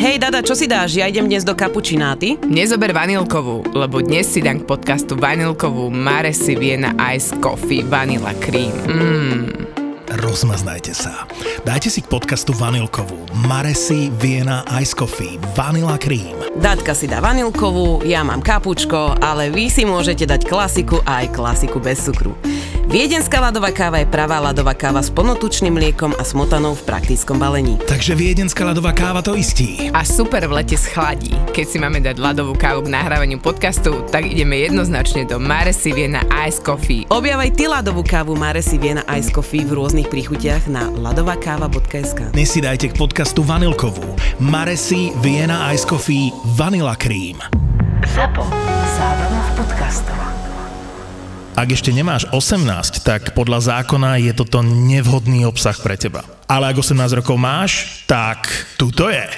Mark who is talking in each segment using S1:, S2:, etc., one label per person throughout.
S1: Hej, Dada, čo si dáš? Ja idem dnes do kapučina, a ty?
S2: Nezober vanilkovú, lebo dnes si dám k podcastu vanilkovú Maresi Viena Ice Coffee Vanilla Cream. Mm.
S3: Rozmaznajte sa. Dajte si k podcastu vanilkovú Maresi Viena Ice Coffee Vanilla Cream.
S1: Datka si dá vanilkovú, ja mám kapučko, ale vy si môžete dať klasiku a aj klasiku bez cukru. Viedenská ľadová káva je pravá ľadová káva s plnotučným mliekom a smotanou v praktickom balení.
S3: Takže viedenská ľadová káva to istí.
S2: A super v lete schladí. Keď si máme dať ľadovú kávu k nahrávaniu podcastu, tak ideme jednoznačne do Maresi Viena Ice Coffee.
S1: Objavaj ty ľadovú kávu Maresi Viena Ice Coffee v rôznych príchutiach na ladovakáva.sk.
S3: Dnes si dajte k podcastu vanilkovú Maresi Viena Ice Coffee Vanilla Cream.
S4: Zapo. Zábrná v podcastov.
S3: Ak ešte nemáš 18, tak podľa zákona je toto nevhodný obsah pre teba. Ale ak 18 rokov máš, tak tuto je.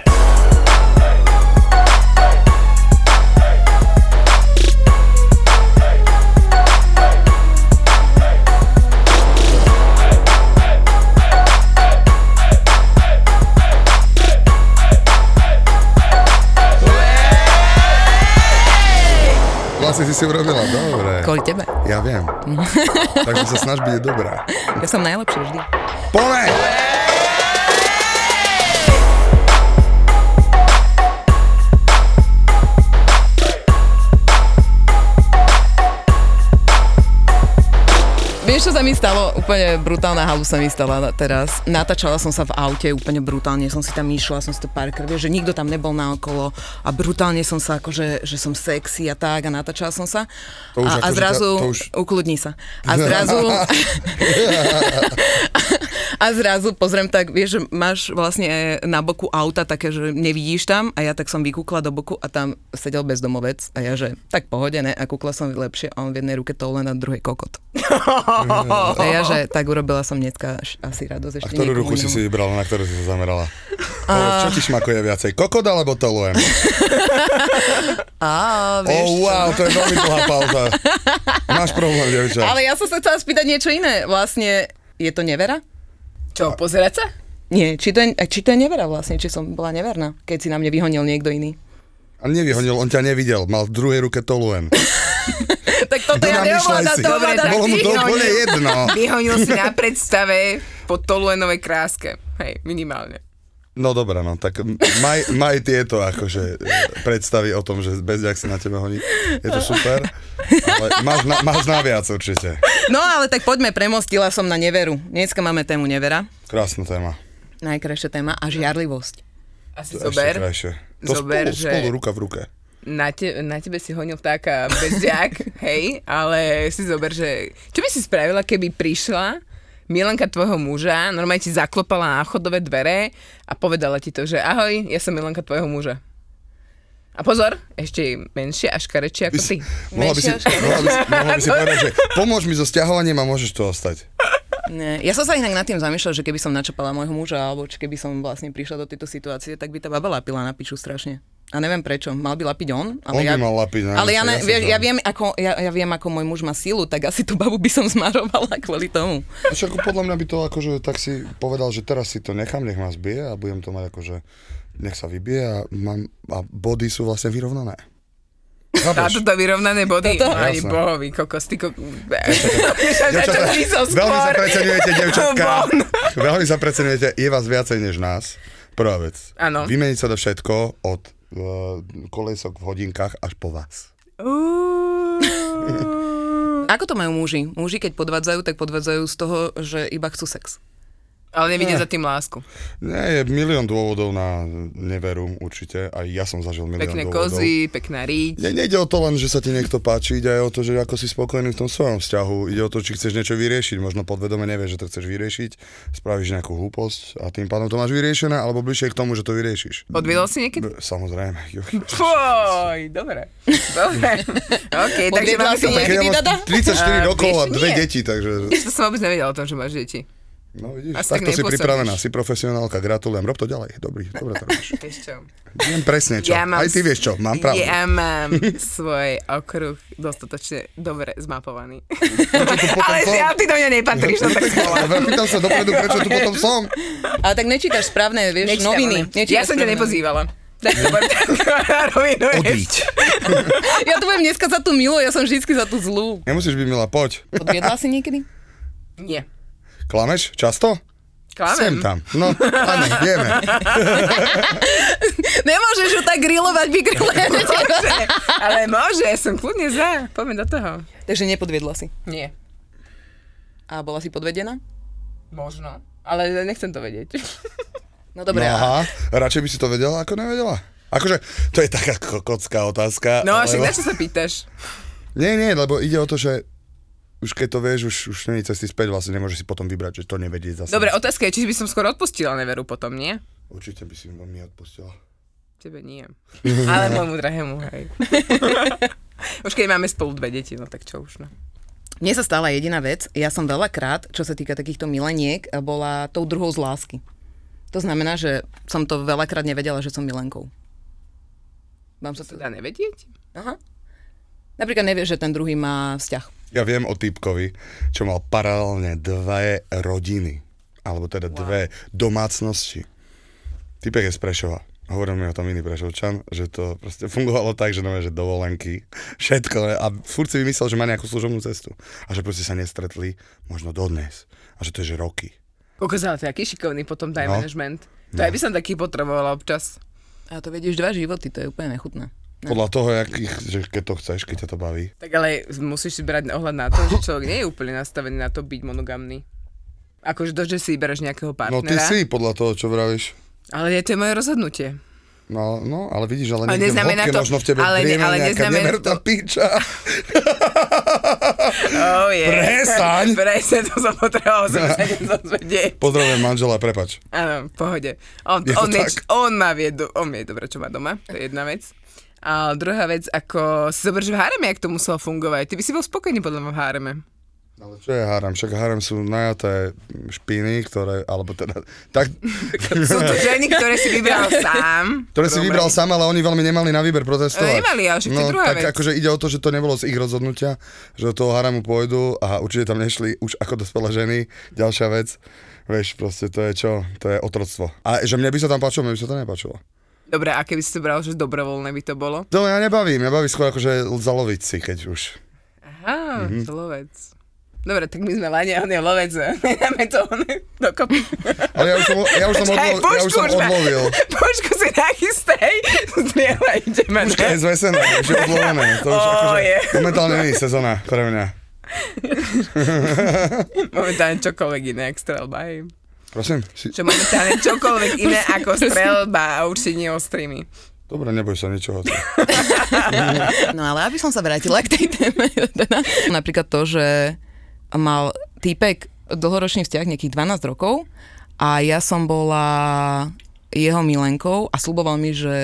S5: Vlastne si si urobila, dobre.
S6: Kvôli tebe.
S5: Ja viem. Takže sa snaž byť dobrá.
S6: Ja som najlepšia vždy.
S5: Pome!
S6: Vieš, čo sa mi stalo? Úplne brutálna halu sa mi stala na- teraz. Natáčala som sa v aute, úplne brutálne som si tam išla, som si to párkrát, vieš, že nikto tam nebol naokolo a brutálne som sa akože, že som sexy a tak a natáčala som sa.
S5: To už
S6: a, a
S5: akože
S6: zrazu,
S5: ťa- to už-
S6: ukludni sa. A zrazu, a zrazu pozriem tak, vieš, že máš vlastne na boku auta také, že nevidíš tam a ja tak som vykúkla do boku a tam sedel bezdomovec a ja že tak pohode, ne, a kúkla som lepšie a on v jednej ruke toule na druhej kokot. a ja že tak urobila som dneska až- asi radosť
S5: A
S6: ešte
S5: ktorú
S6: niekomu
S5: ruku si
S6: inému.
S5: si vybrala, na ktorú si sa zamerala? Povedz, čo ti šmakuje viacej, kokod alebo toluem?
S6: Á, vieš
S5: Oh,
S6: čo?
S5: wow, to je veľmi dlhá pauza. Máš problém, dievča.
S6: Ale ja som sa chcela spýtať niečo iné. Vlastne, je to nevera?
S7: Čo, pozerať sa?
S6: Nie, či to, je, či to je nevera vlastne, či som bola neverná, keď si na mne vyhonil niekto iný.
S5: A nevyhonil, on ťa nevidel, mal v druhej ruke toluem.
S6: Tak toto ja
S5: Vynamýšľaj
S6: neovládam,
S5: si.
S6: to ovládam.
S5: Bolo mu to
S7: vyhonil.
S5: úplne jedno.
S2: Vyhonil si na predstave po Toluenovej kráske. Hej, minimálne.
S5: No dobre, no, tak maj, maj tieto akože e, predstavy o tom, že bezďak si na tebe honí. Je to super, ale máš, na, máš naviac určite.
S6: No ale tak poďme, premostila som na neveru. Dneska máme tému nevera,
S5: Krásna téma.
S6: najkrajšia téma a žiarlivosť.
S2: Asi
S5: To je
S2: zober.
S5: Ešte krajšie. To
S2: Zober,
S5: spolu,
S2: že-
S5: spolu, ruka v ruke.
S2: na, te, na tebe si honil vtáka bezďak, hej, ale si zober, že čo by si spravila, keby prišla Milanka tvojho muža, normálne ti zaklopala na chodové dvere a povedala ti to, že ahoj, ja som Milanka tvojho muža. A pozor, ešte menšia a škarečia ako
S5: By
S2: ty. No.
S5: si- Mohla by si, mohla by si, mohla by si povedať, že pomôž mi so stiahovaním a môžeš tu ostať.
S6: Nie. Ja som sa inak nad tým zamýšľal, že keby som načapala môjho muža, alebo či keby som vlastne prišla do tejto situácie, tak by tá baba lapila na piču strašne. A neviem prečo, mal by lapiť on, ale
S5: On
S6: ja,
S5: by mal lapiť na
S6: ale
S5: niečo,
S6: ja, ne,
S5: ja si
S6: vieš, ja,
S5: dám.
S6: viem, ako, ja, ja viem, ako môj muž má silu, tak asi tú babu by som zmarovala kvôli tomu.
S5: Však podľa mňa by to akože tak si povedal, že teraz si to nechám, nech ma zbije a budem to mať akože, nech sa vybije a, mám, a body sú vlastne vyrovnané.
S2: A
S5: Chápeš?
S2: toto vyrovnané body,
S6: Toto?
S2: aj
S5: Jasné.
S2: bohovi, kokos, ty ko... Na čo by som
S5: veľmi No sa
S2: skôr-
S5: preceňujete, devčatka.
S2: Von.
S5: veľmi sa preceňujete, je vás viacej než nás. Prvá vec.
S2: Áno.
S5: Vymeniť sa do všetko od uh, kolesok v hodinkách až po vás.
S6: Ako to majú muži? Muži, keď podvádzajú, tak podvádzajú z toho, že iba chcú sex.
S2: Ale nevidia za tým lásku.
S5: Nie, je milión dôvodov na neveru určite. Aj ja som zažil milión
S2: Pekné
S5: dôvodov.
S2: kozy, pekná riť.
S5: Ne, nejde o to len, že sa ti niekto páči, ide aj o to, že ako si spokojný v tom svojom vzťahu. Ide o to, či chceš niečo vyriešiť. Možno podvedome nevieš, že to chceš vyriešiť, spravíš nejakú hlúposť a tým pádom to máš vyriešené, alebo bližšie k tomu, že to vyriešíš.
S2: Podviedol si niekedy?
S5: B- Samozrejme. Jo.
S2: Foj, dobre. Dobre. OK, takže
S6: Odviedla
S2: mám si
S6: som
S5: Tak
S2: nejaké...
S5: ja
S6: také- ty,
S5: mám
S6: Dada?
S5: 34
S2: A,
S5: rokov a
S2: vieš,
S5: dve
S2: nie.
S5: deti, takže...
S2: To som vôbec nevedela o tom, že máš deti.
S5: No vidíš,
S2: Asi tak
S5: takto si
S2: nepôsobíš.
S5: pripravená, si profesionálka, gratulujem, rob to ďalej, dobrý, dobre to robíš.
S2: Vieš čo?
S5: Viem presne čo, aj ty vieš čo, mám pravdu.
S2: Ja mám svoj okruh dostatočne dobre zmapovaný. Ale
S5: No, potom-
S2: ja, ty do mňa nepatríš, no tak
S5: Dobre, pýtam sa dopredu, prečo tu potom som.
S6: Ale tak nečítaš správne, vieš,
S2: Nečítam,
S6: noviny.
S2: ale- Ja
S6: Nečítaš
S2: som ťa
S6: správne.
S2: nepozývala. Tak to bude taká rovinu, vieš.
S8: Odíď.
S6: Ja tu budem dneska za tú milú, ja som vždycky za tú zlú.
S5: Nemusíš byť milá, poď.
S6: Podviedla si niekedy?
S2: Nie.
S5: Klameš? Často?
S2: Klamem.
S5: Sem tam. No, áno, vieme.
S6: Nemôžeš ju tak grilovať, vygrilujeme teba.
S2: Ale môže, ja som kľudne za. Poďme do toho.
S6: Takže nepodviedla si.
S2: Nie.
S6: A bola si podvedená?
S2: Možno. Ale nechcem to vedieť.
S6: No
S5: No
S6: dobre, a
S5: aha, radšej by si to vedela, ako nevedela. Akože, to je taká kokocká otázka.
S2: No a však
S5: lebo-
S2: na čo sa pýtaš?
S5: Nie, nie, lebo ide o to, že už keď to vieš, už, už není cesty späť, vlastne nemôžeš si potom vybrať, že to nevedieť zase.
S2: Dobre, otázka je, či by som skôr odpustila neveru potom, nie?
S5: Určite by si mi odpustila.
S2: Tebe nie. Ale môjmu drahému, hej. Už keď máme spolu dve deti, no tak čo už, no.
S6: mne sa stala jediná vec. Ja som veľakrát, čo sa týka takýchto mileniek, bola tou druhou z lásky. To znamená, že som to veľakrát nevedela, že som milenkou. Vám sa
S2: To
S6: to...
S2: dá nevedieť?
S6: Aha. Napríklad nevieš, že ten druhý má vzťah.
S5: Ja viem o týpkovi, čo mal paralelne dve rodiny, alebo teda wow. dve domácnosti. Typek je z Prešova. Hovoril mi o tom iný Prešovčan, že to proste fungovalo tak, že nové, že dovolenky, všetko. ne? A furt si vymyslel, že má nejakú služobnú cestu. A že proste sa nestretli možno dodnes. A že to je, že roky.
S2: Ukázala to, je aký šikovný potom time
S5: No.
S2: management. To aj by som taký potrebovala občas.
S6: A to vedieš dva životy, to je úplne nechutné.
S5: Podľa toho, jak ich, že keď to chceš, keď ťa to baví.
S2: Tak ale musíš si brať ohľad na to, že človek nie je úplne nastavený na to byť monogamný. Akože to, že si vyberáš nejakého
S5: No ty
S2: partnera.
S5: si, podľa toho, čo vravíš.
S2: Ale je to je moje rozhodnutie.
S5: No, no, ale vidíš,
S2: Ale
S5: ale, niekde v
S2: neznamená
S5: hĺbke
S2: to-
S5: možno v tebe
S2: ale ne-
S5: ale,
S2: ale
S5: nejaká
S2: neznamená
S5: neverná
S2: to-
S5: piča.
S2: Oh, yeah.
S5: Prestaň!
S2: Presne, to som potreboval som sa nedozvedieť.
S5: Pozdravujem manžela, prepač.
S2: Áno, v pohode. On,
S5: Je to
S2: on, je,
S5: tak?
S2: on má vie, on vie dobre, čo má doma, to je jedna vec. A druhá vec, ako si zober, že v háreme, jak to muselo fungovať. Ty by si bol spokojný podľa mňa v háreme.
S5: Ale čo je harem? Však harem sú najaté špiny, ktoré, alebo teda, tak,
S2: Sú to ženy, ktoré si vybral sám.
S5: ktoré si vybral sám, ale oni veľmi nemali na výber
S2: Ale
S5: protestovať.
S2: nemali, ale však to je druhá
S5: tak
S2: vec.
S5: akože ide o to, že to nebolo z ich rozhodnutia, že do toho haremu pôjdu a určite tam nešli už ako dospelé ženy. Ďalšia vec, vieš, proste to je čo, to je otroctvo. A že mne by sa tam páčilo, mne by sa to nepáčilo.
S2: Dobre, a keby si to bral, že dobrovoľné by to bolo?
S5: To No, ja nebaví, mňa baví skôr akože zaloviť si, keď už.
S2: Aha,
S5: Mhm.
S2: mm-hmm. lovec. Dobre, tak my sme Lania, on je lovec. Dáme to on dokopy.
S5: Ale ja už som, ja už som,
S2: Počkaj,
S5: odlo- ja už
S2: počku,
S5: som
S2: už ma-
S5: odlovil.
S2: Počku si nachystaj. Strieľa, ideme. ne?
S5: Počkaj, z vesená, už je odlovené. To už
S2: Ó,
S5: akože,
S2: je.
S5: momentálne nie je sezóna pre mňa.
S2: Momentálne čokoľvek iné, ak strelba. hej.
S5: Prosím, si...
S2: Čo momentálne čokoľvek iné ako strelba a určite nie ostrými.
S5: dobre, neboj sa ničoho.
S6: No ale aby som sa vrátila k tej téme. Teda. Napríklad to, že mal týpek dlhoročný vzťah nejakých 12 rokov a ja som bola jeho milenkou a sluboval mi, že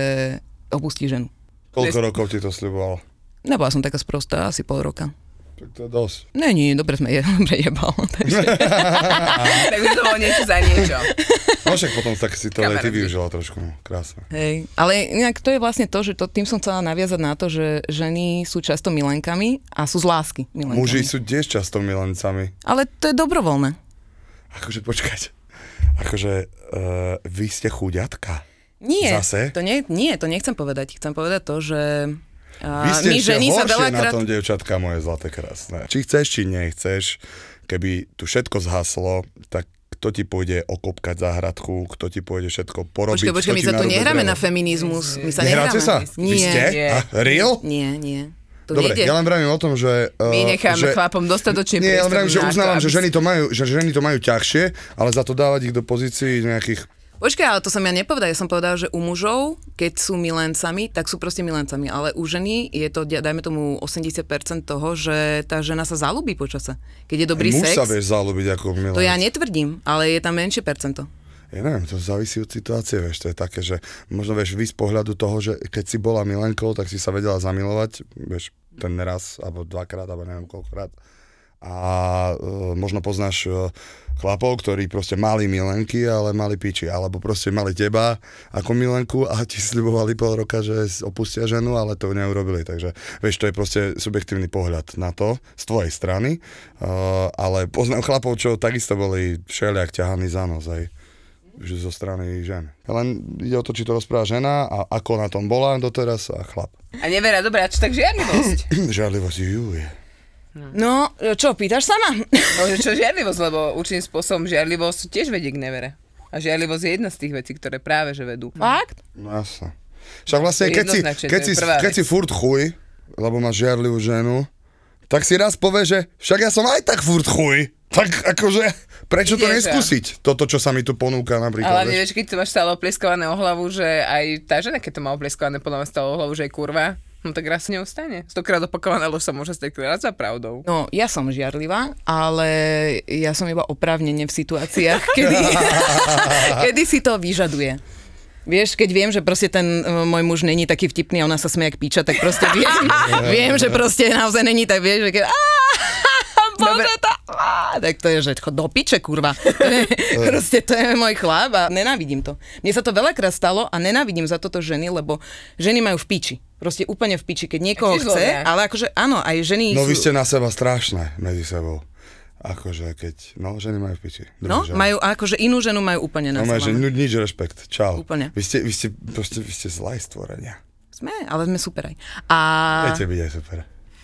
S6: opustí ženu.
S5: Koľko rokov ti to sľuboval?
S6: Nebola som taká sprostá, asi pol roka.
S5: Tak to je dosť.
S6: Ne, nie, dobre sme je, dobre jebal. Takže.
S2: Takže to bolo niečo za niečo.
S5: No však potom tak si to aj
S2: Kamaráti.
S5: ty využila trošku. no, Krásne.
S6: Hej. Ale inak to je vlastne to, že to, tým som chcela naviazať na to, že ženy sú často milenkami a sú z lásky milenkami.
S5: Muži sú tiež často milencami.
S6: Ale to je dobrovoľné.
S5: Akože počkať. Akože uh, vy ste chuďatka.
S6: Nie,
S5: Zase?
S6: To nie, nie, to nechcem povedať. Chcem povedať to, že
S5: Vy
S6: a
S5: ste
S6: my
S5: ešte
S6: ženy sa
S5: horšie
S6: veľakrát...
S5: na tom, devčatka moje zlaté krásne. Či chceš, či nechceš, keby tu všetko zhaslo, tak kto ti pôjde okopkať záhradku, kto ti pôjde všetko porobiť.
S6: Počkej, počkej,
S5: kto
S6: my
S5: ti
S6: sa tu
S5: narúbe
S6: nehráme
S5: drevo?
S6: na feminizmus. My sa
S5: Nehráte
S6: nehráme.
S5: sa? Vy
S6: Nie,
S5: ste?
S2: Nie.
S5: A, real?
S6: nie, nie. To
S5: Dobre,
S6: nejde.
S5: ja len vravím o tom, že... Uh,
S2: My necháme
S5: že,
S2: chlapom dostatočne
S5: Nie, ja len
S2: priestor
S5: vravím, že
S2: na to,
S5: uznávam, že
S2: aby
S5: ženy, to majú, že ženy to majú ťažšie, ale za to dávať ich do pozícií nejakých...
S6: Počkaj, ale to som ja nepovedala. Ja som povedala, že u mužov, keď sú milencami, tak sú proste milencami. Ale u ženy je to, dajme tomu, 80% toho, že tá žena sa zalúbi počase. Keď je dobrý
S5: Muž
S6: sex,
S5: sa vieš zalúbiť ako milenec.
S6: to ja netvrdím, ale je tam menšie percento.
S5: Ja neviem, to závisí od situácie, vieš, to je také, že možno vieš vy z pohľadu toho, že keď si bola milenkou, tak si sa vedela zamilovať, vieš, ten raz, alebo dvakrát, alebo neviem koľkokrát. A e, možno poznáš e, chlapov, ktorí proste mali milenky, ale mali piči, alebo proste mali teba ako milenku a ti sľubovali pol roka, že s- opustia ženu, ale to neurobili. Takže vieš, to je proste subjektívny pohľad na to z tvojej strany, e, ale poznám chlapov, čo takisto boli všelijak ťahaní za nos aj. že zo strany žen. Len ide o to, či to rozpráva žena a ako na tom bola doteraz a chlap.
S2: A nevera, dobrá, čo tak žiarlivosť?
S5: Žiarlivosť, juj.
S6: No, čo, pýtaš sa ma?
S2: No, že čo žiarlivosť, lebo určitým spôsobom žiarlivosť tiež vedie k nevere. A žiarlivosť je jedna z tých vecí, ktoré práve že vedú.
S6: Fakt?
S5: No jasne. Však vlastne,
S2: No, To je
S5: keď si,
S2: jednoznačne,
S5: keď,
S2: to je
S5: si,
S2: prvá
S5: keď
S2: vec.
S5: si furt chuj, lebo máš žiarlivú ženu, tak si raz povie, že však ja som aj tak furt chuj. Tak akože, prečo to
S2: Ideš,
S5: neskúsiť? Toto, čo sa mi tu ponúka napríklad.
S2: Ale
S5: vieš?
S2: vieš, keď to máš stále oplieskované o hlavu, že aj tá žena, keď to má oplieskované podľa mňa stále o hlavu, že je kurva, no tak raz si neustane. Stokrát opakovaná lož sa môže stať raz za pravdou.
S6: No, ja som žiarlivá, ale ja som iba oprávnene v situáciách, kedy, kedy si to vyžaduje. Vieš, keď viem, že proste ten e, môj muž není taký vtipný a ona sa smie jak píča, tak proste viem, viem že proste naozaj není tak, vieš, že keď... Á, Bože, to, á, tak to je, že chod do piče, kurva. To je- proste to je môj chlap a nenávidím to. Mne sa to veľakrát stalo a nenávidím za toto ženy, lebo ženy majú v piči. Proste úplne v piči, keď niekoho
S2: Tiež
S6: chce,
S2: zlobia.
S6: ale akože áno, aj ženy
S5: No
S6: sú...
S5: vy ste na seba strašné medzi sebou. Akože keď, no ženy majú v piči. Druhé
S6: No,
S5: ženy.
S6: majú, akože inú ženu majú úplne na
S5: No majú, že
S6: no,
S5: nu- nič rešpekt, čau.
S6: Úplne.
S5: Vy ste, vy ste, proste, vy ste zlé stvorenia.
S6: Sme, ale sme super aj. A,
S5: Viete byť aj super.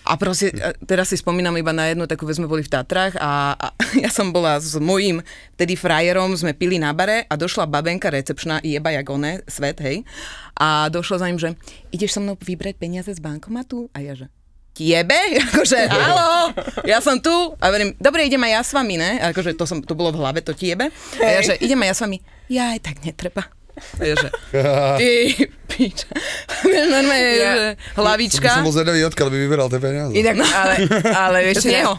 S6: a proste, a teraz si spomínam iba na jednu takú, vec, sme boli v Tatrách a, a ja som bola s mojím tedy frajerom, sme pili na bare a došla babenka recepčná, jeba jak one, svet, hej. A došla za ním, že ideš so mnou vybrať peniaze z bankomatu? A ja že tiebe? Akože, halo, ja som tu. A verím, dobre, idem aj ja s vami, ne? Akože to, som, to bolo v hlave, to tiebe. A ja že, idem aj ja s vami. Ja aj tak netreba. A ja že, ty piča. Normálne, ja. že hlavička.
S5: Som bol zvedavý, odkiaľ by vyberal tie peniaze.
S2: Inak, ale, ale vieš,
S6: Z neho.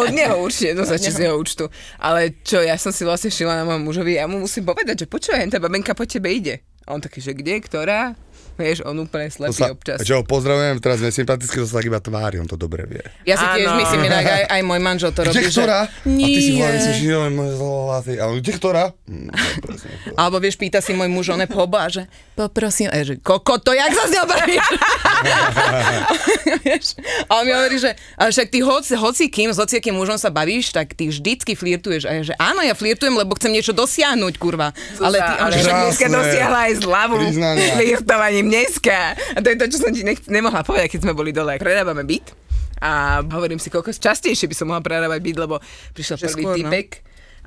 S2: Od neho určite, no začne z jeho účtu. Ale čo, ja som si vlastne šila na mojom mužovi a ja mu musím povedať, že počúvaj, tá babenka po tebe ide. A on taký, že kde, ktorá? Vieš, on úplne
S5: To
S2: slepý
S5: sa,
S2: občas.
S5: čo, pozdravujem, teraz nesympaticky, to sa tak iba tvári, on to dobre vie.
S6: Ja si tiež
S2: Áno.
S6: myslím inak, aj, aj môj manžel to robí.
S5: Kde ktorá? A
S6: Že...
S5: ty si v
S6: Nie.
S5: hlave myslíš, že len moje zlatý. Ale kde ktorá? Hm, to je presne.
S6: Alebo vieš, pýta si môj muž, on je poba, že poprosím, a ja, že koko, to jak sa s ňou bavíš? Vieš? a on mi hovorí, že ale však ty hoci, hoci kým, s hociakým mužom sa bavíš, tak ty vždycky flirtuješ. A ja, že áno, ja flirtujem, lebo chcem niečo dosiahnuť, kurva. Ale ty, on,
S2: ale
S6: že,
S5: Zuzá, Krásne.
S2: dneska dosiahla aj zľavu.
S5: Priznania.
S2: Flirtovaním dneska. A to je to, čo som ti nech- nemohla povedať, keď sme boli dole. Predávame byt a hovorím si, koľko častejšie by som mohla predávať byt, lebo prišiel
S6: Že
S2: prvý
S6: skôr, no.
S2: typek.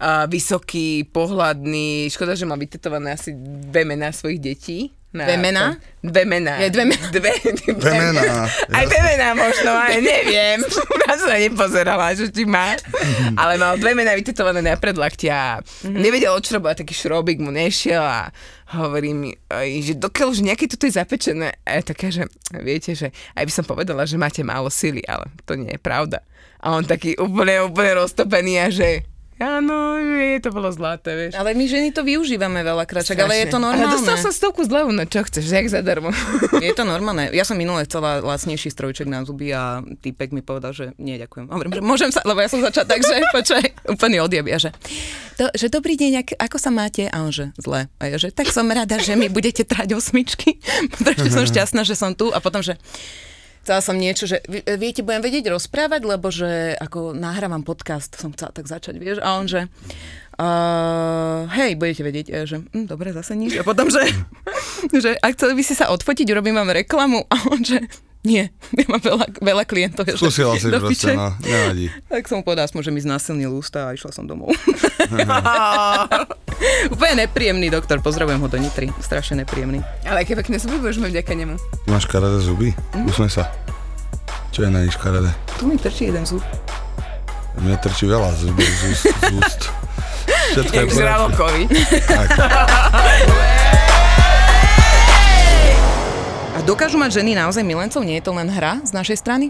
S2: A vysoký, pohľadný, škoda, že má vytetované asi dve mená svojich detí. Na
S6: Dve mená?
S2: Dve mená.
S6: Je, dve mená.
S2: Dve, dve,
S5: mená.
S2: Aj dve mená možno, ale neviem. Ja som sa nepozerala, že či má.
S6: Mhm.
S2: Ale mal dve mená vytetované na predlakti a nevedel odšrobovať, taký šrobík mu nešiel a hovorí mi, "Oj, že dokiaľ už nejaké toto je zapečené. A ja taká, že viete, že aj by som povedala, že máte málo sily, ale to nie je pravda. A on taký úplne, úplne roztopený a že áno, že to bolo zlaté, vieš.
S6: ale my ženy to využívame veľakrát, však, ale je to
S2: Strašne.
S6: normálne.
S2: Ale dostal som stovku zľavu, no čo chceš, jak zadarmo.
S6: Je to normálne. Ja som minule chcela lacnejší strojček na zuby a typek mi povedal, že nie, ďakujem. Hovorím, že môžem sa, lebo ja som začala tak, že počkaj, úplný odjeb. Ja, že, to, že dobrý deň, ak, ako sa máte? A on, že zle. A ja, že tak som rada, že mi budete trať osmičky, pretože som šťastná, že som tu. A potom, že chcela som niečo, že "Vi- viete, budem vedieť rozprávať, lebo že ako nahrávam podcast, som chcela tak začať, vieš, a on, že uh, hej, budete vedieť, a ja, že hm, dobre, zase nič. A potom, že, že a chceli by ste sa odfotiť, urobím vám reklamu a on, že nie, ja mám veľa, veľa klientov. ja, že
S5: Skúsila si
S6: do
S5: proste,
S6: piče.
S5: no, nevadí.
S6: Tak som mu povedala, aspoň, že mi znásilnil ústa a išla som domov. Úplne nepríjemný doktor, pozdravujem ho do Nitry, strašne nepríjemný.
S2: ale aké pekné zuby budeš mať vďaka nemu.
S5: Ty máš škaredé zuby? Usme sa. Čo je na nich škaredé?
S6: Tu mi trčí jeden zub.
S5: Mne trčí veľa zubov z úst. Z úst. Všetko je
S2: Jak
S5: v poriadku.
S2: žralokovi.
S6: A dokážu mať ženy naozaj milencov? Nie je to len hra z našej strany?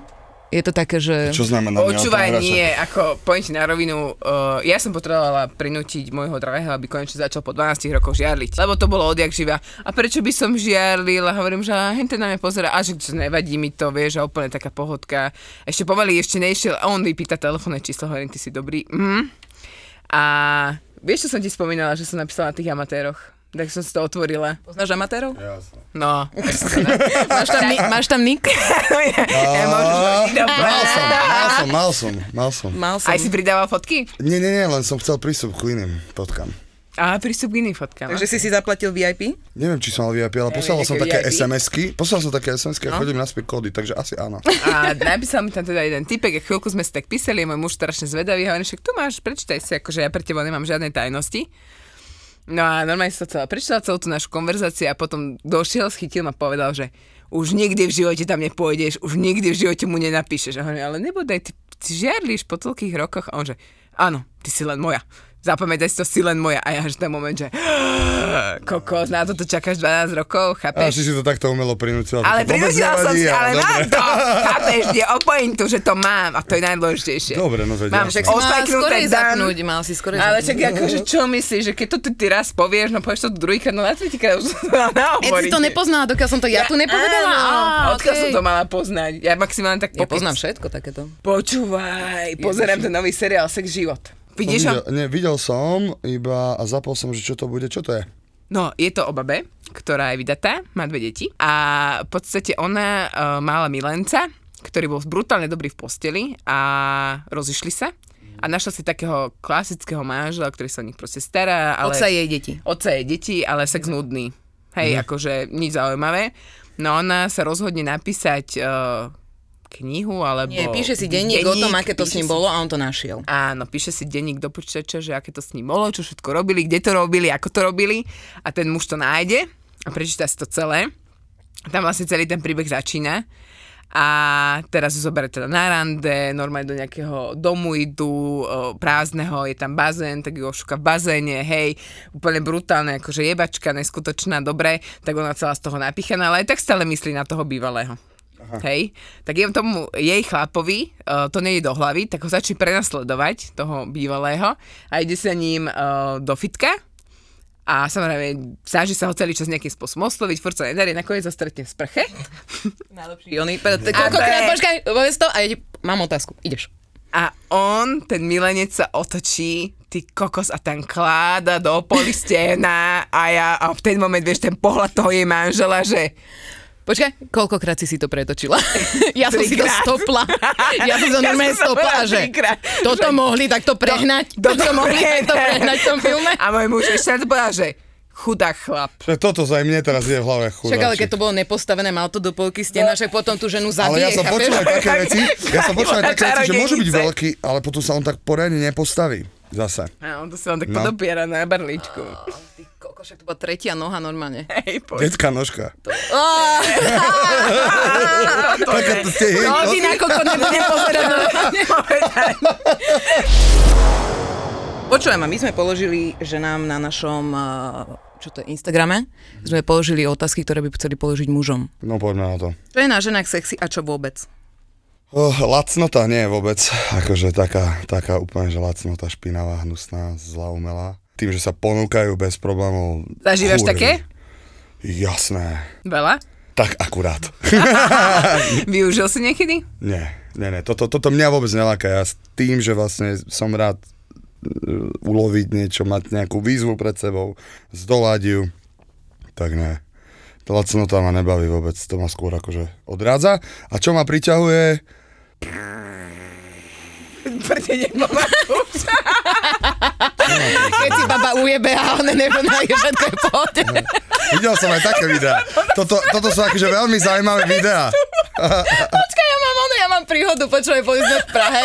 S6: Je to také, že...
S5: Čo znamená? mňa
S2: Počúvaj,
S5: otáraš?
S2: nie, ako poviem ti na rovinu, uh, ja som potrebovala prinútiť môjho drahého, aby konečne začal po 12 rokoch žiarliť, lebo to bolo odjak živa. A prečo by som žiarlil? A hovorím, že a hente na mňa pozera, a že čo, nevadí mi to, vieš, a úplne taká pohodka. Ešte pomaly ešte nešiel a on vypýta telefónne číslo, hovorím, ty si dobrý. Mm. A vieš, čo som ti spomínala, že som napísala na tých amatéroch? Tak som si to otvorila.
S6: Poznáš amatérov?
S2: No.
S6: Máš tam, ni- máš tam nik?
S2: ja, môžem,
S5: Ah, Mal som, mal som, mal som, mal som.
S6: Mal som.
S2: aj si pridával fotky?
S5: Nie, nie, nie, len som chcel prístup k iným fotkám.
S2: A prístup k iným fotkám.
S6: Takže si si zaplatil VIP?
S5: Neviem, či som mal VIP, ale poslal som
S2: nejaké No.
S5: také
S2: VIP?
S5: SMS-ky. Poslal som také SMS-ky a chodím naspäť kódy, takže asi áno.
S2: A napísal mi tam teda jeden typek, a chvíľku sme si tak písali, je môj muž strašne zvedavý, hovorím, však tu máš, prečítaj si, akože ja pre teba nemám žiadne tajnosti. No a normálne sa celá prečítala celú tú našu konverzáciu a potom došiel, schytil ma a povedal, že už nikdy v živote tam nepôjdeš, už nikdy v živote mu nenapíšeš. A hovorím, ale nebodaj, ty, ty žiarlíš po toľkých rokoch. A on že, áno, ty si len moja. Zapamätaj si to, si len moja. A ja až ten moment, že kokos, na toto čakáš 12 rokov,
S5: A
S2: chápeš?
S5: si si to takto umelo prinúcila.
S2: Ale
S5: to vôbec
S2: prinútila som
S5: nevadí,
S2: si, ale
S5: dobre.
S2: mám to. Chápeš, je o pointu, že to mám a to je najdôležitejšie.
S5: Dobre, no veď
S2: Mám
S5: jasné.
S2: však
S5: Mal
S2: ostaknuté
S6: skorej
S2: dan.
S6: zapnúť, mal si skorej
S2: Ale
S6: zapnúť.
S2: však akože čo myslíš, že keď to ty, ty raz povieš, no povieš to druhýkrát, no na tretíkrát už som to mala
S6: Ja si
S2: nahovoriť.
S6: to nepoznala, dokiaľ som to ja, tu nepovedala. Á,
S2: Áno, odkiaľ
S6: okej.
S2: som to mala poznať? Ja maximálne tak
S6: Ja
S2: pokec.
S6: poznám všetko takéto.
S2: Počúvaj, pozerám ten nový seriál Sex život. Vidíš ho?
S5: Videl, nie, videl som iba a zapol som, že čo to bude, čo to je.
S2: No, je to o babe, ktorá je vydatá, má dve deti a v podstate ona uh, mala milenca, ktorý bol brutálne dobrý v posteli a rozišli sa a našla si takého klasického manžela, ktorý sa o nich proste stará, ale...
S6: Otca jej deti.
S2: Otca jej deti, ale sex nudný. Hej, akože nič zaujímavé. No ona sa rozhodne napísať uh, knihu, alebo...
S6: Nie, píše si denník o tom, aké to
S2: No,
S6: s
S2: píše
S6: ním
S2: si-
S6: bolo a on to našiel.
S2: Áno, píše si denník do počítača, že aké to s ním bolo, čo všetko robili, kde to robili, ako to robili a ten muž to nájde a prečíta si to celé. A Tam vlastne celý ten príbeh začína a teraz ju zoberie teda na rande, normálne do nejakého domu idú, o, prázdneho, je tam bazén, tak ju ošúka v bazéne, hej, úplne brutálne, akože jebačka, neskutočná, dobre, tak ona celá z toho napíchaná, ale aj tak stále myslí na toho bývalého. Aha. Hej, tak jem tomu jej chlapovi, uh, to nejde do hlavy, tak ho začne prenasledovať, toho bývalého, a ide sa ním uh, do fitka, a samozrejme, snaží sa ho celý čas nejakým spôsobom osloviť, furt sa nedarí, nakoniec ho stretne v sprche.
S6: Oni, koľkokrát,
S2: to je-
S6: počkaj, povedz to a ja ti, mám otázku, ideš.
S2: A on, ten milenec sa otočí, ty kokos a tam kláda do opoly stena a ja a v ten moment, vieš, ten pohľad toho jej manžela, že
S6: Počkaj, koľkokrát si si to pretočila? ja som si to
S2: Trikrát.
S6: stopla. Ja som to
S2: Ja
S6: normálne
S2: som to
S6: stopla,
S2: bola
S6: že
S2: trikrát.
S6: toto
S2: Že-
S6: mohli takto prehnať.
S2: do-
S6: Toto mohli takto prehnať v tom filme.
S2: A môj muž ešte na to povedal, že chudák chlap.
S5: Že toto za mne teraz je v hlave chudá.
S6: Však ale keď to bolo nepostavené, mal to do polky stena, však potom tú ženu
S5: Ale
S6: zabije,
S5: ja som
S6: chápeš?
S5: počul aj také veci, ja som počul aj také veci, že môže byť
S2: Čarodejnice.
S5: veľký, ale potom sa on tak poriadne nepostaví. Zase.
S2: A on to sa vám tak no.
S5: No.
S2: podopiera na barličku.
S6: Ty koko, však to bola tretia noha normálne.
S2: Hej, poď.
S5: Detská nožka.
S2: je- No,
S5: Taká to ste hej, to-
S6: Rodina koko nebude pozerať. no.
S2: Povedať.
S6: Počujem, a my sme položili, že nám na našom eh, čo to je, Instagrame, sme položili otázky, ktoré by chceli položiť mužom.
S5: No poďme na to.
S6: Čo je na ženách sexy a čo vôbec?
S5: Oh, lacnota nie je vôbec, akože taká, taká úplne, že lacnota špinavá, hnusná, zlá, umelá. Tým, že sa ponúkajú bez problémov.
S2: Zažívaš
S5: kurvy.
S2: také?
S5: Jasné.
S2: Veľa?
S5: Tak akurát.
S2: Využil si niekedy?
S5: Nie, nie, nie. Toto, toto mňa vôbec neláka. Ja s tým, že vlastne som rád e, uloviť niečo, mať nejakú výzvu pred sebou, zdolať ju, tak ne. Tá Lacnota ma nebaví vôbec, to ma skôr akože odrádza. A čo ma priťahuje,
S2: Prdenie mama.
S6: Keď si baba ujebe a ona neponá, že to je v pohode.
S5: videl som aj také videá. Toto, toto sú akože veľmi zaujímavé videá.
S6: Počkaj, ja mám ono, ja mám príhodu, počúvaj, boli sme v Prahe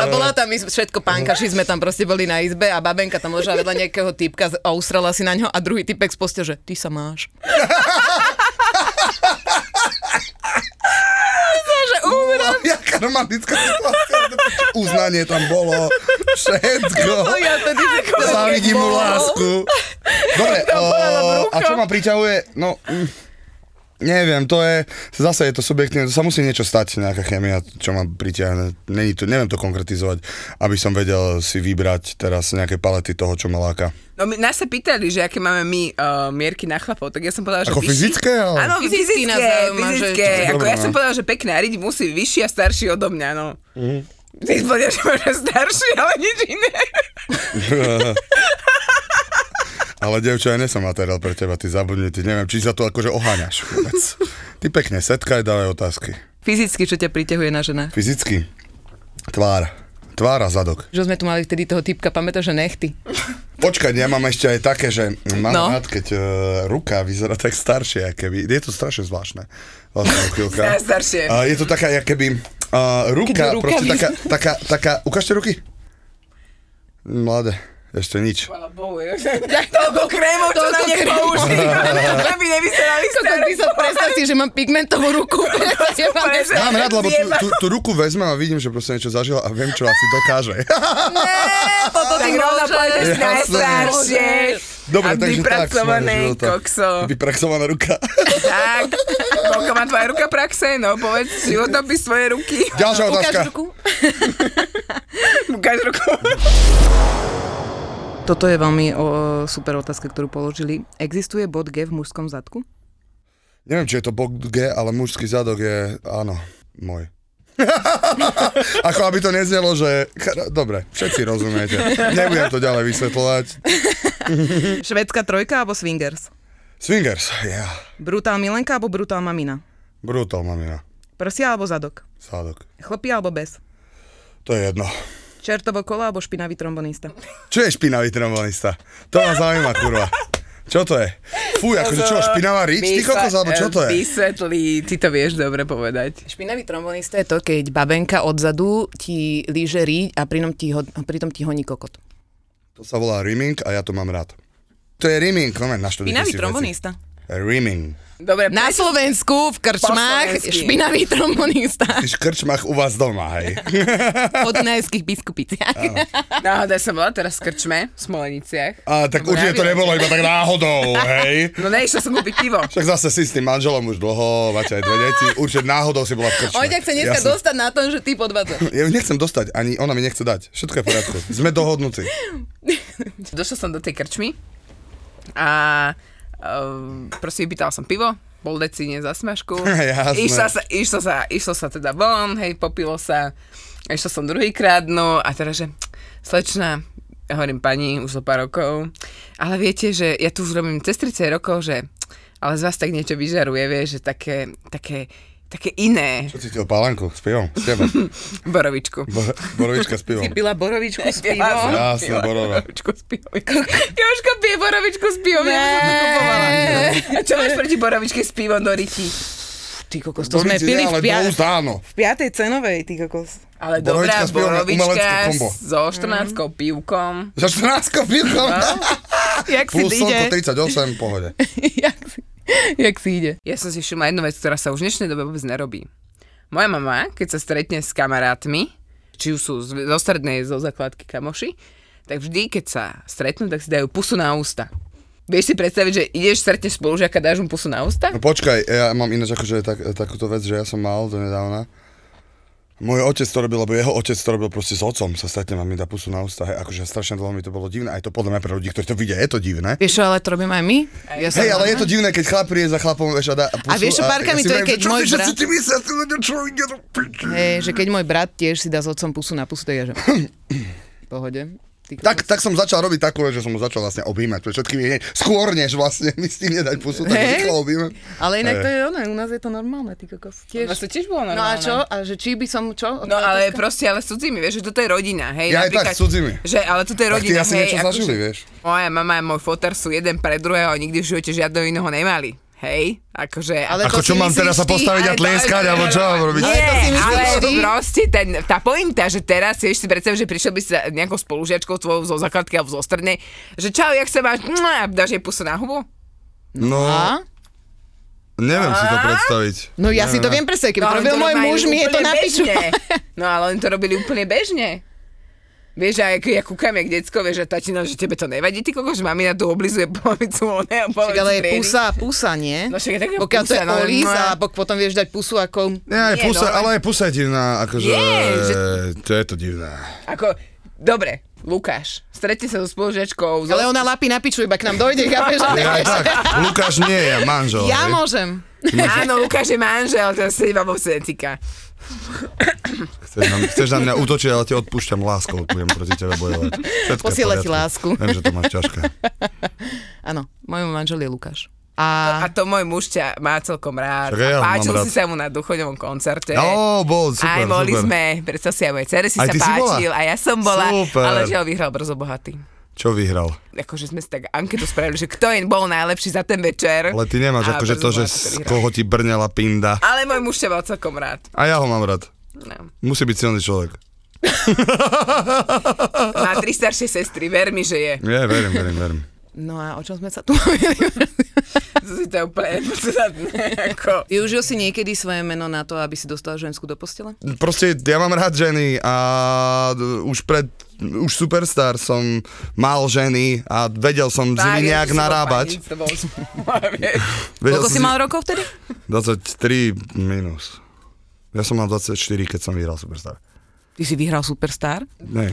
S6: a bola tam my všetko pánkaši, sme tam proste boli na izbe a babenka tam ležala vedľa nejakého typka a usrala si na ňo a druhý typek z postele, že ty sa máš.
S5: Jaká romantická situácia. Uznanie tam bolo, všetko.
S6: No, Ja tedy, že
S5: Závidím mu lásku. Dobre, o, a čo ma priťahuje? No, mm, neviem, to je, zase je to subjektívne, to sa musí niečo stať, nejaká chemia, čo ma priťahne. Není to, neviem to konkretizovať, aby som vedel si vybrať teraz nejaké palety toho, čo ma láka.
S2: No my, nás sa pýtali, že aké máme my uh, mierky na chlapov, tak ja som povedala, že
S5: Ako
S2: vyšší.
S5: fyzické, ale-
S2: Áno,
S6: Fyzicky
S2: fyzické,
S6: nás
S2: fyzické.
S6: zaujíma, že čo-
S2: ako
S5: Dobre,
S2: ja
S5: no.
S2: som povedala, že pekný a riť musí byť vyšší a starší odo mňa, no.
S5: Mhm.
S2: Mm. Ty si povedal, že možno starší, ale nič iné.
S5: Ale devča, ja nesom materiál pre teba, ty zabudni, ty neviem, či sa to akože oháňaš vôbec. Ty pekne setkaj, dávaj otázky.
S6: Fyzicky, čo ťa priťahuje na ženách?
S5: Fyzicky, tvár, tvár a zadok.
S6: Že sme tu mali vtedy toho typka, pamätáš, že nechty.
S5: Počkať, ja mám ešte aj také, že mám no.
S6: No.
S5: rád, keď uh, ruka vyzerá tak staršie, keby. Je to strašne zvláštne. Vlastne, chvíľka.
S7: Staršie.
S5: A je to taká, jak keby uh, ruka,
S6: ruka
S5: proste
S6: vyzerá-
S5: taká, taká, taká, ukážte ruky. Mladé, ešte nič.
S7: Chvala Bohu, je- toľko krémov, čo na ne použili, aby nevyzerali
S6: Kokos
S7: staré.
S6: by som predstav si, že mám pigmentovú ruku. Ja mám No,
S7: Úplne, že-
S5: Mám rád, lebo tú,
S7: Zjeba.
S5: tú, tú ruku vezmem a vidím, že proste niečo zažila a viem, čo asi dokáže.
S7: Toto ty rovno pôjdeš
S5: Jasné.
S7: najstaršie.
S2: A
S5: Dobre, takže tak. smer
S2: vypracované
S5: života.
S2: kokso.
S5: Vypracovaná ruka.
S2: Tak, koľko má tvoja ruka praxe? No povedz životopis svojej ruky.
S5: Ďalšia otázka.
S2: Ukáž ruku.
S6: Toto je veľmi o, super otázka, ktorú položili. Existuje bod G v mužskom zadku?
S5: Neviem, či je to bok G, ale mužský zadok je, áno, môj. Ako aby to neznelo, že... chara- Dobre, všetci rozumiete. Nebudem to ďalej vysvetľovať.
S6: Švedská trojka alebo swingers?
S5: Swingers, yeah.
S6: Brutál Milenka alebo brutál Mamina?
S5: Brutál mamina.
S6: Prsia alebo zadok?
S5: Sádok.
S6: Chlpy alebo bez?
S5: To je jedno.
S6: Čertovo kola alebo špinavý trombonista?
S5: Čo je špinavý trombonista? To ma zaujíma, kurva. Čo to je? Fuj, akože čo, špinavá rič? Ty kokos, alebo čo to je?
S2: Vysvetli, ty to vieš dobre povedať.
S7: Špinavý trombonista je to, keď babenka odzadu ti líže riť a prinom ti ho, pritom ti honí kokot.
S5: To sa volá rimming a ja to mám rád. To je no, rimming, moment, naštudujte si
S6: Špinavý
S5: veci.
S6: trombonista.
S5: Rimming.
S2: Dobre,
S7: Na Slovensku v krčmách
S2: slovensky.
S7: špinavý trombonista
S5: Ty v krčmách u vás doma, hej.
S7: po dunajských biskupiciach.
S2: náhoda som bola teraz v krčme v Smoleniciach.
S5: A tak
S2: Dobre,
S5: určite to
S2: ja
S5: nebolo iba tak náhodou, hej.
S2: No ne, išla som kúpiť pivo.
S5: Však zase si s tým manželom už dlho, máte aj dve deti, určite náhodou si bola v krčme.
S7: On ťa chce dneska
S5: Jasné.
S7: dostať na tom, že ty podvádzaš.
S5: Ja ju nechcem dostať, ani ona mi nechce dať. Všetko je v poriadku. Sme dohodnutí.
S2: Došla som do tej krčmy a um, proste vypýtala som pivo, bol decíne za smažku.
S5: Jasné.
S2: Išla sa, išlo sa, išlo sa teda von, hej, popilo sa. Išla som druhýkrát, no a teraz, že slečna, ja hovorím pani, už zo pár rokov, ale viete, že ja tu už robím cez 30 rokov, že ale z vás tak niečo vyžaruje, vieš, že také, také, také iné
S5: Cítil pálenku s pivom, s teba.
S2: borovičku.
S5: Bo- borovička s pivom.
S6: Pila borovičku s
S2: pivom.
S5: Jasne, borova.
S2: Borovičku s pivom. Jožko pije borovičku s pivom, ja by som to kupovala. A čo máš proti borovičke s pivom do ryti?
S6: Ty kokos, to sme pili v, pia-
S5: piatej. Áno.
S6: v piatej cenovej, ty kokos.
S2: Ale dobrá
S5: Borovička s pivom je umelecké
S2: borovička
S5: kombo.
S2: so 14
S6: Mm.
S2: pivkom.
S5: Za 14 pivom.
S6: Jak si
S5: Plus slnko
S6: ide?
S5: 38, pohode.
S6: jak, si, jak si ide?
S2: Ja som si všimla jednu vec, ktorá sa už v dnešnej dobe vôbec nerobí. Moja mama, keď sa stretne s kamarátmi, či už sú z- zo strednej, zo základky kamoši, tak vždy, keď sa stretnú, tak si dajú pusu na ústa. Vieš si predstaviť, že ideš, stretneš spolužiaka, dáš mu pusu na ústa?
S5: No počkaj, ja mám ináč akože tak, takúto vec, že ja som mal do nedávna. Môj otec to robil, lebo jeho otec to robil proste s otcom, sa stretnem a mi dá pusu na ústa, hej, akože strašne dlho mi to bolo divné, aj to podľa mňa pre ľudí, ktorí to vidia, je to divné.
S7: Vieš čo, ale to robím aj my. Ja som-
S5: Hej, ale je to divné, keď chlap príde za chlapom, vieš, a dá pusu.
S7: vieš čo, párkrát mi
S5: si
S7: to je,
S5: vravím, že
S7: keď
S5: čo
S7: môj
S5: si- čo
S7: brat-
S5: si ty myslíš, ty ľudia, čo ide do piče?
S7: Hej, že keď môj brat tiež si dá s otcom pusu na pusu, tak ja že... Pohode. Ty
S5: Tak, tak som začal robiť takú, vec, že som ho začal vlastne objímať pre všetkými, hneď skôr než vlastne mi stihne dať pusu, tak ho
S7: Hej.
S5: rýchlo objímam.
S7: Ale inak to je ono, u nás je to normálne, ty kokos. Tiež.
S2: No to tiež bolo
S7: No a
S2: normálne.
S7: čo? A že či by som čo?
S2: No ale proste, ale s cudzími, vieš, že toto je rodina, hej.
S5: Ja aj tak,
S2: napríklad,
S5: s cudzími.
S2: Že, ale toto je
S5: Tak ty
S2: rodina, hej.
S5: asi
S2: akože
S5: niečo zažili,
S7: akože-
S5: vieš.
S2: Moja mama a môj foter sú jeden pre druhého, nikdy v živote žiadneho iného nemali. Hej, akože...
S7: Ale
S5: Ako
S7: to
S5: čo
S7: si
S5: mám
S7: myslíš
S5: teraz sa
S7: ty?
S5: postaviť a
S2: Ale to-
S5: tlieskať, alebo čo mám robiť?
S7: to
S2: Nie,
S7: si myslíš
S2: ale
S7: ty?
S2: proste ten, tá pointa, že teraz vieš si predstav, že prišiel by si za nejakou spolužiačkou tvojou zo základky alebo zo strednej, že čau, jak sa máš, Mua, a dáš jej pusu na hubu?
S5: No,
S7: A?
S5: neviem si to predstaviť.
S7: No ja si to
S5: Neviem.
S7: viem predstaviť, keby to
S2: ale
S7: robil
S2: oni
S7: môj
S2: majú
S7: muž, mi je to
S2: úplne
S7: napíšu.
S2: bežne. No ale oni to robili úplne bežne. Vieš, a jak, ja kúkam, jak decko, vieš, a tatino, že tebe to nevadí, ty kokos, že mamina tu oblizuje polovicu one a polovicu
S7: Ale je
S2: triedy.
S7: pusa, pusa, nie?
S2: No však je také
S7: Pokiaľ to je
S2: pusa, no,
S7: olís
S2: no.
S7: a pok- potom vieš dať pusu ako...
S5: Nie, aj
S2: Nie,
S5: pusa,
S2: no.
S5: ale aj pusa je divná, akože,
S2: Je, že-
S5: to je to divné.
S2: Ako, dobre, Lukáš, stretne sa so spolužiačkou.
S7: Ale ona lapí na piču, iba k nám dojde, chápeš? Ale
S5: Ja aj tak, Lukáš nie je manžel.
S7: Ja
S5: hej.
S7: môžem.
S2: Áno, Lukáš je manžel, to sa iba bosetika.
S5: Chceš na, chceš na mňa útočiť, ale ti odpúšťam láskou, budem proti tebe bojovať. Všetko je v
S7: Posiela ti
S5: poriadku.
S7: lásku.
S5: Viem, že to máš ťažké.
S7: Áno, môj manžel je Lukáš. A
S2: A to môj muž ťa má celkom rád.
S5: Však
S2: A
S5: ja ho mám
S2: páčil
S5: rád.
S2: si sa mu na duchoňovom koncerte.
S5: No, bol
S2: aj
S5: super,
S2: boli
S5: super.
S2: sme, predstav si aj moje cere si
S5: Aj
S2: sa
S5: ty si bola?
S2: páčil a ja som bola,
S5: Super.
S2: ale že ho vyhral brzo bohatý.
S5: Čo vyhral?
S2: akože sme si tak anketu spravili, že kto je bol najlepší za ten večer.
S5: Ale ty nemáš
S2: A
S5: akože
S2: bez
S5: to, že
S2: ohľadu,
S5: z
S2: ktorý hral.
S5: koho ti brnela pinda.
S2: Ale môj muž ťa mal celkom rád.
S5: A ja ho mám rád.
S2: No.
S5: Musí byť silný človek.
S2: Má tri staršie sestry, ver mi, že je.
S5: Ja verím, verím, verím.
S7: No a o čom sme sa tu bavili?
S2: To si to je úplne nepodstatné. Ako...
S7: Využil si niekedy svoje meno na to, aby si dostal žensku do postele?
S5: Proste ja mám rád ženy a d- už pred už superstar som mal ženy a vedel som s nimi nejak narábať.
S2: To bol vieš.
S5: Vedel
S7: Koľko
S5: som
S7: si
S5: s-
S7: mal rokov vtedy?
S5: 23 minus. Ja som mal 24, keď som vyhral Superstar.
S7: Ty si vyhral Superstar?
S5: Ne,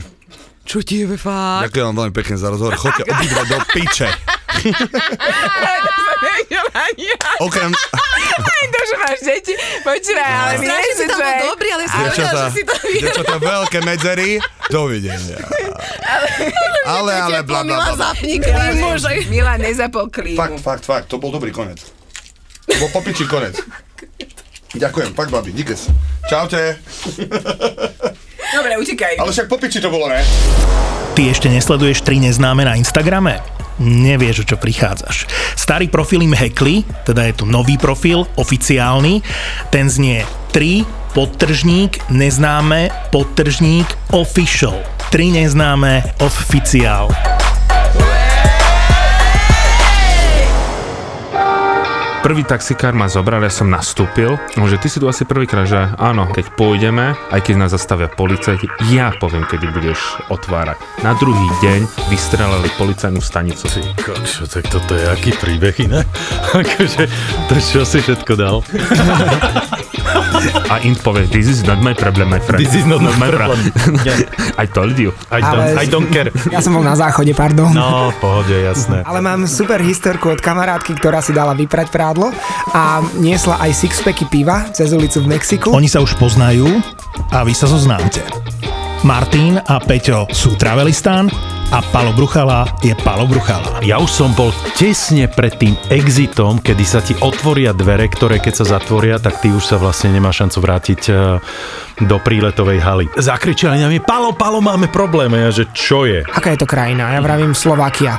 S7: Čo ti je fakt?
S5: ďakujem vám veľmi pekne za rozhovor. Choďte obidva do piče.
S2: Nevedel ani ja.
S5: Okrem,
S2: To, že máš deti, počúvaj, ale my nie
S7: Strašne si
S2: sme
S7: tam bol
S2: tvoje...
S7: dobrý, ale ja som vedela,
S5: dievčatá,
S7: že si to vyhral.
S5: dievčatá, veľké medzery, dovidenia. Ale, ale, bla, bla, bla, bla.
S7: Zapni klímu, že...
S2: Mila nezapol klímu.
S5: Fakt, fakt, fakt, to bol dobrý konec. To bol popičí konec. Ďakujem, fakt, babi, díkes. Čaute.
S2: Dobre, utekaj.
S5: Ale však popiči to bolo, ne?
S3: Ty ešte nesleduješ tri neznáme na Instagrame? Nevieš, o čo prichádzaš. Starý profil im hackli, teda je tu nový profil, oficiálny. Ten znie 3 podtržník neznáme podtržník official. 3 neznáme oficiál.
S8: Prvý taxikár ma zobral, ja som nastúpil. No, že ty si tu asi prvýkrát, že áno, keď pôjdeme, aj keď nás zastavia policajti, ja poviem, kedy budeš otvárať. Na druhý deň vystrelali policajnú stanicu.
S9: Kočo, tak toto je aký príbeh iné? akože, to čo si všetko dal?
S8: A int povie, this is not my problem, my friend.
S9: This is not my problem.
S8: I told you.
S9: I don't, I don't care.
S10: Ja som bol na záchode, pardon.
S9: No, v pohode, jasné.
S10: Ale mám super historku od kamarátky, ktorá si dala vyprať prádlo a niesla aj sixpacky piva cez ulicu v Mexiku.
S3: Oni sa už poznajú a vy sa zoznámte. Martin a Peťo sú travelistán a Palo Bruchala je Palo Bruchala.
S9: Ja už som bol tesne pred tým exitom, kedy sa ti otvoria dvere, ktoré keď sa zatvoria, tak ty už sa vlastne nemá šancu vrátiť e, do príletovej haly. Zakričali na mňa, Palo, Palo, máme problém. A ja, že čo je?
S10: Aká je to krajina? Ja vravím Slovakia.